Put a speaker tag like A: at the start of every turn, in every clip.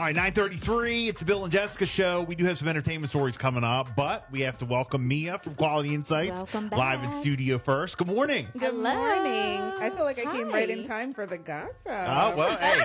A: All right, 933. It's the Bill and Jessica show. We do have some entertainment stories coming up, but we have to welcome Mia from Quality Insights
B: Welcome back.
A: live in studio first. Good morning.
C: Good
B: Hello.
C: morning. I feel like I came right in
B: Hi.
C: time for the gossip.
A: Oh, well, hey,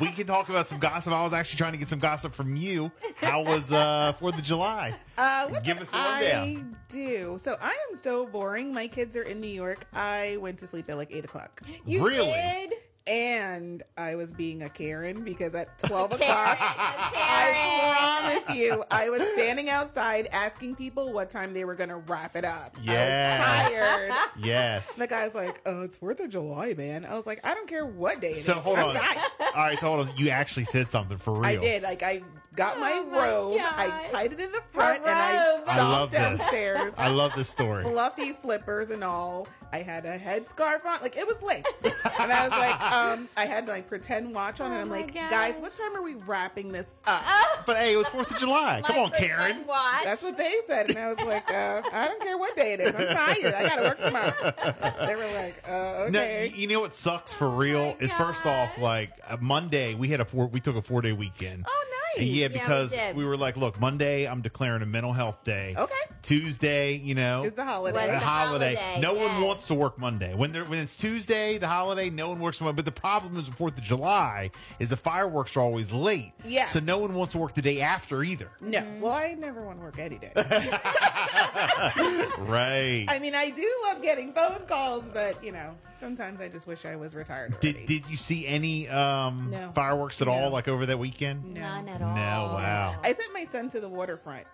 A: we can talk about some gossip. I was actually trying to get some gossip from you. How was uh, 4th of July?
C: Uh, what
A: Give
C: did
A: us the
C: I
A: rundown.
C: do? So I am so boring. My kids are in New York. I went to sleep at like eight o'clock,
B: You
A: Really?
B: Did?
C: and I was being a Karen because at twelve
B: Karen,
C: o'clock,
B: Karen.
C: I promise you, I was standing outside asking people what time they were going to wrap it up.
A: Yeah.
C: Tired.
A: Yes.
C: The guy's like, "Oh, it's Fourth of July, man." I was like, "I don't care what day it is.
A: So hold
C: I'm
A: on.
C: tired."
A: All right, so hold on. You actually said something for real.
C: I did. Like I got my
B: Oh my
C: robe, I
B: gosh.
C: tied it in the front, and
B: robe.
C: I
A: I love
C: stomped
A: this.
C: downstairs.
A: I love this story.
C: Fluffy slippers and all. I had a headscarf on. Like it was lit. and I was like, um, I had my pretend watch on,
B: Oh
C: and I'm
B: my
C: like,
B: gosh. Oh,
C: guys, what time are we wrapping this up?
A: But hey, it was 4th of July. Come
B: My
A: on,
B: friend
A: Karen.
B: Watch.
C: That's what they said. And I was like, uh, I don't care what day it is. I'm tired. I gotta work tomorrow. They were like, uh,
A: No,
C: okay.
A: y- you know what sucks for real
B: my
A: is first off,
B: gosh.
A: like uh, Monday we had a four, we took a four day weekend.
C: oh, nice.
A: Yeah,
B: we
A: because
B: did.
A: we were like, look, Monday I'm declaring a mental health day.
C: Okay.
A: Tuesday, you know,
C: It's the holiday.
B: Was
A: a
B: It's the
A: holiday.
B: holiday,
A: No one
B: yes.
A: wants to work Monday. When there, when it's Tuesday, the holiday, no one works Monday. But the problem is the Fourth of July is the fireworks are always late.
C: Yes.
A: So no one wants to work the day after either.
C: no. Well, I never want to work any day.
A: Right.
C: I mean, I do love getting phone calls, but you know, sometimes I just wish I was retired. Already.
A: did Did you see any um
C: No.
A: fireworks at
C: No.
A: all like over that weekend?
C: No.
B: None at
A: No,
B: all.
A: wow.
C: I sent my son to the waterfront,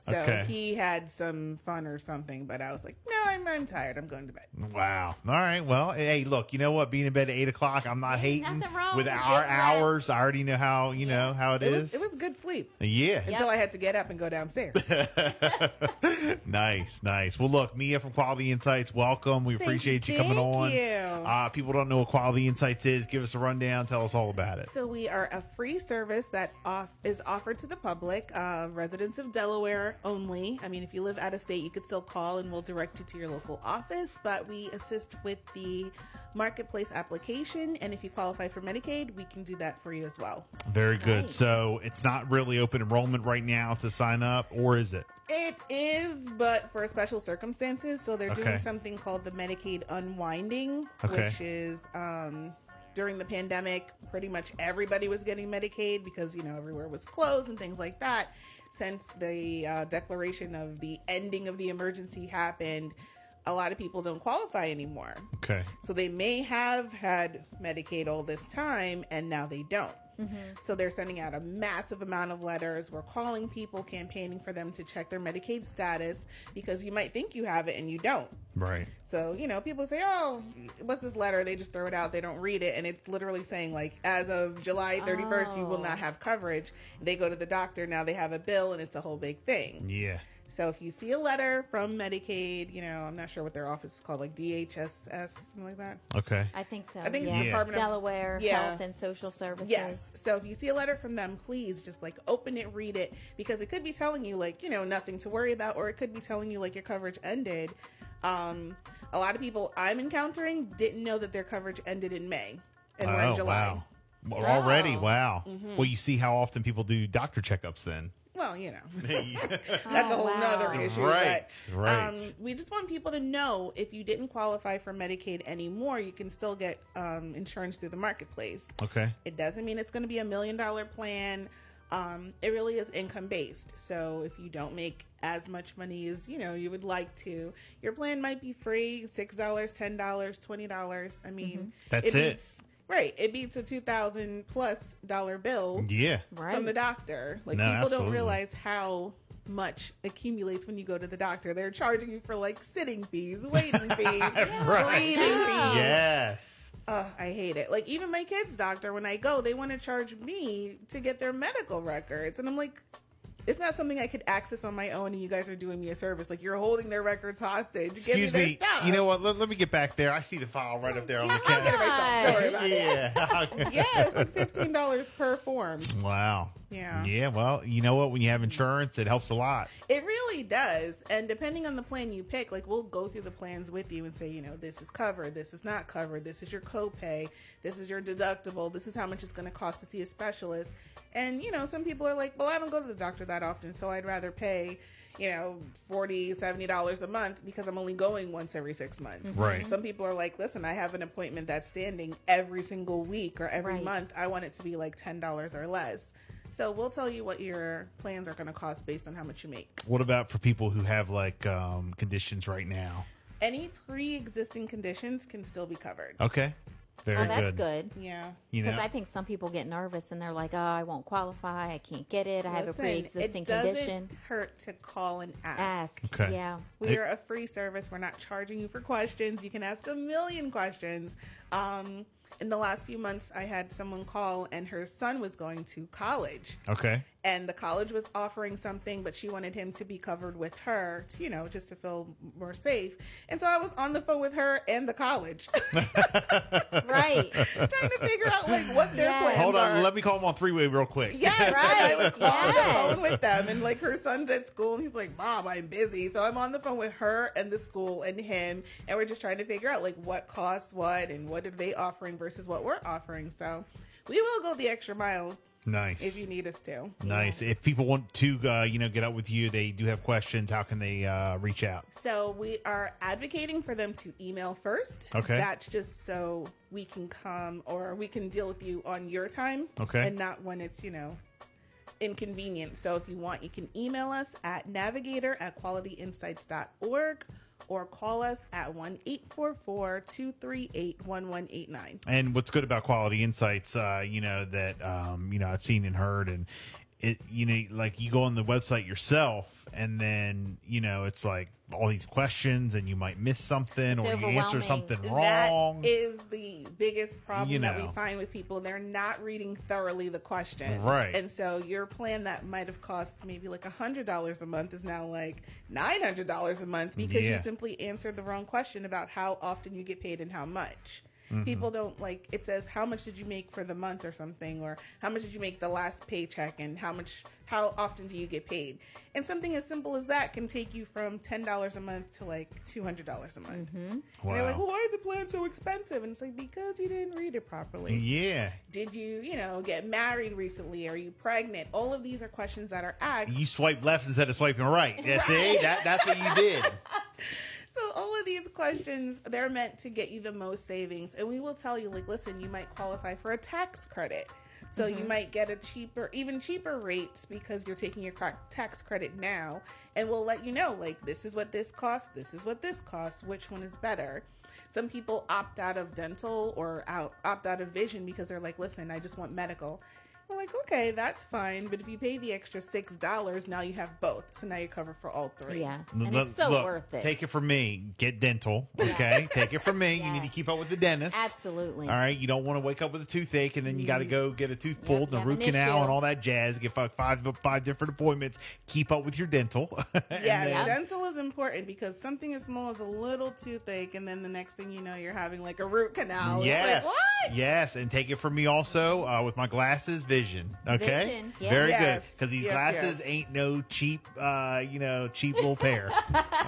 C: so
A: Okay.
C: he had some fun or something. But I was like, no, I'm I'm tired. I'm going to bed.
A: Wow. All right. Well, hey, look. You know what? Being in bed at eight o'clock, I'm not
B: Ain't
A: hating
B: nothing wrong
A: with
B: with
A: our
B: getting rest.
A: hours. I already know how you know how
C: It was it was good sleep
A: Yeah.
C: until I had to get up and go downstairs.
A: nice, nice. Well, look, Mia from Quality Insights, welcome. We appreciate you coming
C: thank
A: on.
C: you.
A: Uh, people don't know what Quality Insights is. Give us a rundown. Tell us all about it.
C: So we are a free service that off is offered to the public, uh, residents of Delaware only. I mean, if you live out of state, you could still call and we'll direct you to your local office. But we assist with the marketplace application, and if you qualify for Medicaid, we can do that for you as well.
A: Very good.
B: Nice.
A: So it's not really open enrollment right now to sign up, or is it?
C: It is, but for special circumstances. So they're
A: Okay.
C: doing something called the Medicaid unwinding,
A: Okay.
C: which is um, during the pandemic, pretty much everybody was getting Medicaid because, you know, everywhere was closed and things like that. Since the uh, declaration of the ending of the emergency happened, a lot of people don't qualify anymore.
A: Okay.
C: So they may have had Medicaid all this time and now they don't. So they're sending out a massive amount of letters. We're calling people, campaigning for them to check their Medicaid status because you might think you have it and you don't.
A: Right.
C: So, you know, people say, oh, what's this letter? They just throw it out. They don't read it. And it's literally saying, like, as of July 31st, you will
B: Oh.
C: not have coverage. They go to the doctor. Now they have a bill and it's a whole big thing.
A: Yeah.
C: So if you see a letter from Medicaid, you know, I'm not sure what their office is called, like DHSS, something like that.
A: Okay.
B: I think so.
C: I think
B: yeah.
C: it's
A: Yeah.
C: Department of
B: Delaware
C: yeah.
B: Health and Social Services.
C: Yes. So if you see a letter from them, please just like open it, read it, because it could be telling you like, you know, nothing to worry about, or it could be telling you like your coverage ended. Um, a lot of people I'm encountering didn't know that their coverage ended in May and we're in July.
A: Oh,
C: Mm-hmm.
A: wow. Well, Already,
B: Wow.
A: wow. Well, you see how often people do doctor checkups then.
C: Well, you know.
A: Oh, yeah.
C: That's a
B: Oh,
C: whole
B: wow.
C: nother issue.
A: Right,
C: but,
A: right.
C: Um, we just want people to know if you didn't qualify for Medicaid anymore, you can still get um, insurance through the marketplace.
A: Okay.
C: It doesn't mean it's going to be a million dollar plan. Um, it really is income based. So if you don't make as much money as you know you would like to, your plan might be free six dollars, ten dollars, twenty dollars. I mean,
A: Mm-hmm. That's it.
C: Beats, right, it beats a two thousand plus dollar bill
A: Yeah.
B: Right.
C: from the doctor. Like
A: No,
C: people
A: absolutely.
C: don't realize how much accumulates when you go to the doctor. They're charging you for like sitting fees, waiting fees,
A: Right.
C: breathing
B: Yeah.
C: fees.
A: Yes.
C: Ugh, I hate it. Like even my kids' doctor, when I go, they want to charge me to get their medical records, and I'm like. It's not something I could access on my own, and you guys are doing me a service. Like you're holding their records hostage.
A: Excuse
C: Give me, their
A: me.
C: Stuff.
A: You know what? Let, let me get back there. I see the file right up there on the
C: I'll get
A: cat.
C: it myself. Don't worry about it.
A: Yeah. Okay.
C: Yeah, it's like fifteen dollars per form.
A: Wow.
C: Yeah.
A: Yeah. Well, you know what? When you have insurance, it helps a lot.
C: It really does. And depending on the plan you pick, like we'll go through the plans with you and say, you know, this is covered, this is not covered, this is your copay, this is your deductible, this is how much it's going to cost to see a specialist. And you know, some people are like, "Well, I don't go to the doctor that often, so I'd rather pay, you know, 40 dollars a month because I'm only going once every six months."
A: Right.
C: Some people are like, "Listen, I have an appointment that's standing every single week or every
B: Right.
C: month. I want it to be like ten dollars or less." So we'll tell you what your plans are going to cost based on how much you make.
A: What about for people who have like um, conditions right now?
C: Any pre-existing conditions can still be covered.
A: Okay, very
B: oh, that's good.
C: Yeah.
A: You
B: Because
A: know,
B: I think some people get nervous and they're like, oh, I won't qualify. I can't get it. I have a
C: Listen,
B: pre existing
C: it doesn't
B: condition.
C: Hurt to call and ask.
B: Ask.
A: Okay.
B: Yeah.
C: We are a free service. We're not charging you for questions. You can ask a million questions. Um, in the last few months, I had someone call, and her son was going to college,
A: okay,
C: and the college was offering something, but she wanted him to be covered with her, to, you know, just to feel more safe. And so I was on the phone with her and the college,
B: right.
C: trying to figure out like what their
B: Yes.
C: plans
A: hold on.
C: are.
A: Let me call them on three way real quick.
C: Yes,
B: Right.
C: and I was on the
B: Yes.
C: phone with them, and like her son's at school, and he's like, "Mom, I'm busy." So I'm on the phone with her and the school and him, and we're just trying to figure out like what costs what and what are they offering versus what we're offering. So we will go the extra mile
A: Nice.
C: if you need us to.
A: Nice. If people want to, uh, you know, get up with you, they do have questions. How can they uh, reach out?
C: So we are advocating for them to email first.
A: Okay.
C: That's just so we can come or we can deal with you on your time.
A: Okay.
C: And not when it's, you know, inconvenient. So if you want, you can email us at navigator at qualityinsights.org or call us at 1 844 238 1189.
A: And what's good about Quality Insights, uh, you know, that um, you know I've seen and heard, and it, you know, like you go on the website yourself, and then you know it's like all these questions, and you might miss something, or you answer
B: overwhelming.
A: something wrong.
C: That is the biggest problem
A: You
C: that
A: know.
C: we find with people. They're not reading thoroughly the questions.
A: Right.
C: And so your plan that might have cost maybe like $100 a month is now like $900 a month because
A: Yeah.
C: you simply answered the wrong question about how often you get paid and how much.
A: Mm-hmm.
C: People don't like it says how much did you make for the month or something or how much did you make the last paycheck and how much how often do you get paid? And something as simple as that can take you from $10 a month to like $200 a month. And they're like, well,
A: wow.
C: why is the plan so expensive? And it's like, because you didn't read it properly.
A: Yeah.
C: Did you, you know, get married recently? Are you pregnant? All of these are questions that are asked.
A: You swipe left instead of swiping right. Yeah, see, that, that's what you did.
C: So all of these questions, they're meant to get you the most savings. And we will tell you, like, listen, you might qualify for a tax credit. So you might get a cheaper, even cheaper rates because you're taking your cra- tax credit now. And we'll let you know, like, this is what this costs, this is what this costs, which one is better. Some people opt out of dental or out, opt out of vision because they're like, listen, I just want medical. We're like, okay, that's fine. But if you pay the extra $6, now you have both. So now you're covered for all three.
B: Yeah. And
A: Look-
B: it's so
A: look,
B: worth it.
A: Take it from me. Get dental. Okay. Take it from me. You need to
B: Yes.
A: keep up with the dentist.
B: Absolutely.
A: All right. You don't want to wake up with a toothache and then you got to
C: Mm-hmm.
A: go get a tooth pulled and a
B: have
A: root
B: an
A: canal
B: issue.
A: and all that jazz. Get five, five, five different appointments. Keep up with your dental. And
C: Yes,
A: then-
C: dental is important because something as small as a little toothache, and then the next thing you know, you're having like a root canal. It's
A: Yes.
C: like, what?
A: Yes, and take it from me also uh, with my glasses, vision. Okay,
B: Vision, yeah.
A: very
C: Yes,
A: good because these
C: yes,
A: glasses
C: yes.
A: ain't no cheap, uh, you know, cheap little pair.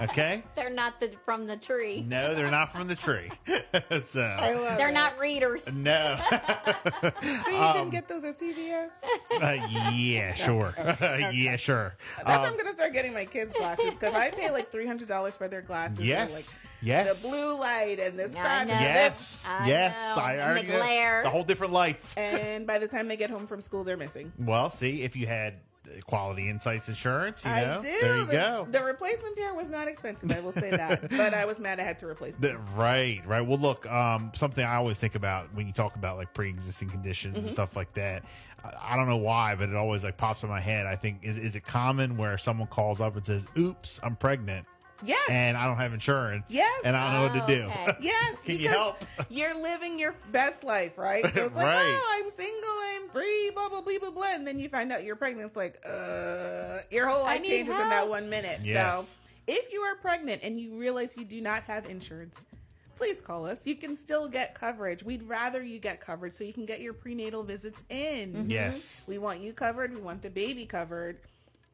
A: Okay,
B: They're not the from the tree.
A: no, they're not from the tree. so
C: I love
B: They're
C: it.
B: not readers.
A: no,
C: So you
A: um,
C: can get those at CVS.
A: Uh, yeah, sure, yeah, sure.
C: That's
A: Um,
C: where I'm gonna start getting my kids glasses because I pay like three hundred dollars for their glasses. They're,
A: yes, yes,
C: like, the blue light and this
B: Yeah, I
C: scratch.
B: know.
C: and
A: yes,
C: this.
B: I
A: yes.
B: know,
A: I
B: and the
A: already know.
B: glare.
A: It's a whole different life.
C: And by the time they get home from school, they're missing.
A: Well, see if you had uh, quality insights insurance, you know,
C: I do.
A: there you
C: the,
A: go.
C: The replacement pair was not expensive. I will say that, but I was mad I had to replace them.
A: The- right, right. Well, look, um, something I always think about when you talk about like pre-existing conditions and stuff like that. I, I don't know why, but it always like pops in my head. I think is is it common where someone calls up and says, "Oops, I'm pregnant
C: Yes.
A: and I don't have insurance."
C: Yes.
A: and I don't know what to do.
B: Oh, okay.
C: Yes.
A: Can you
C: because
A: help?
C: You're living your best life, right? So it's like,
A: Right.
C: oh, I'm single, I'm free, blah blah blah blah blah, and then you find out you're pregnant. It's like, uh, your whole
B: I
C: life
B: need
C: changes in that
B: help.
C: one minute.
A: Yes.
C: So if you are pregnant and you realize you do not have insurance. Please call us. You can still get coverage. We'd rather you get coverage so you
B: Mm-hmm.
C: can get your prenatal visits in.
A: Yes.
C: We want you covered. We want the baby covered.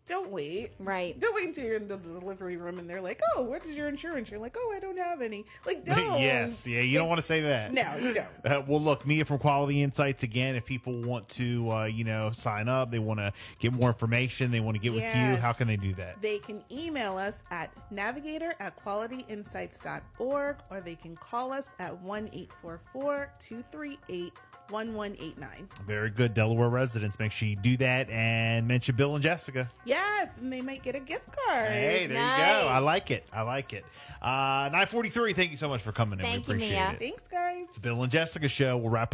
C: don't wait.
B: Right.
C: Don't wait until you're in the delivery room and they're like, "Oh, what is your insurance?" You're like, "Oh, I don't have any." Like, don't.
A: yes. Yeah. You don't want to say that.
C: No, you don't.
A: Uh, well, look, Mia from Quality Insights again. If people want to, uh, you know, sign up, they want to get more information, they want to get with
C: Yes.
A: you. How can they do that?
C: They can email us at navigator at qualityinsights.org or they can call us at 1 844 238 1189.
A: Very good, Delaware residents. Make sure you do that and mention Bill and Jessica.
C: Yes, and they might get a gift card.
A: Hey, there you
B: Nice.
A: go. I like it. I like it. Uh, Nine forty three. Thank you so much for coming in.
B: Thank
A: we
B: you,
A: appreciate
B: Mia.
A: it.
C: Thanks, guys.
A: Bill and Jessica show. We'll wrap up.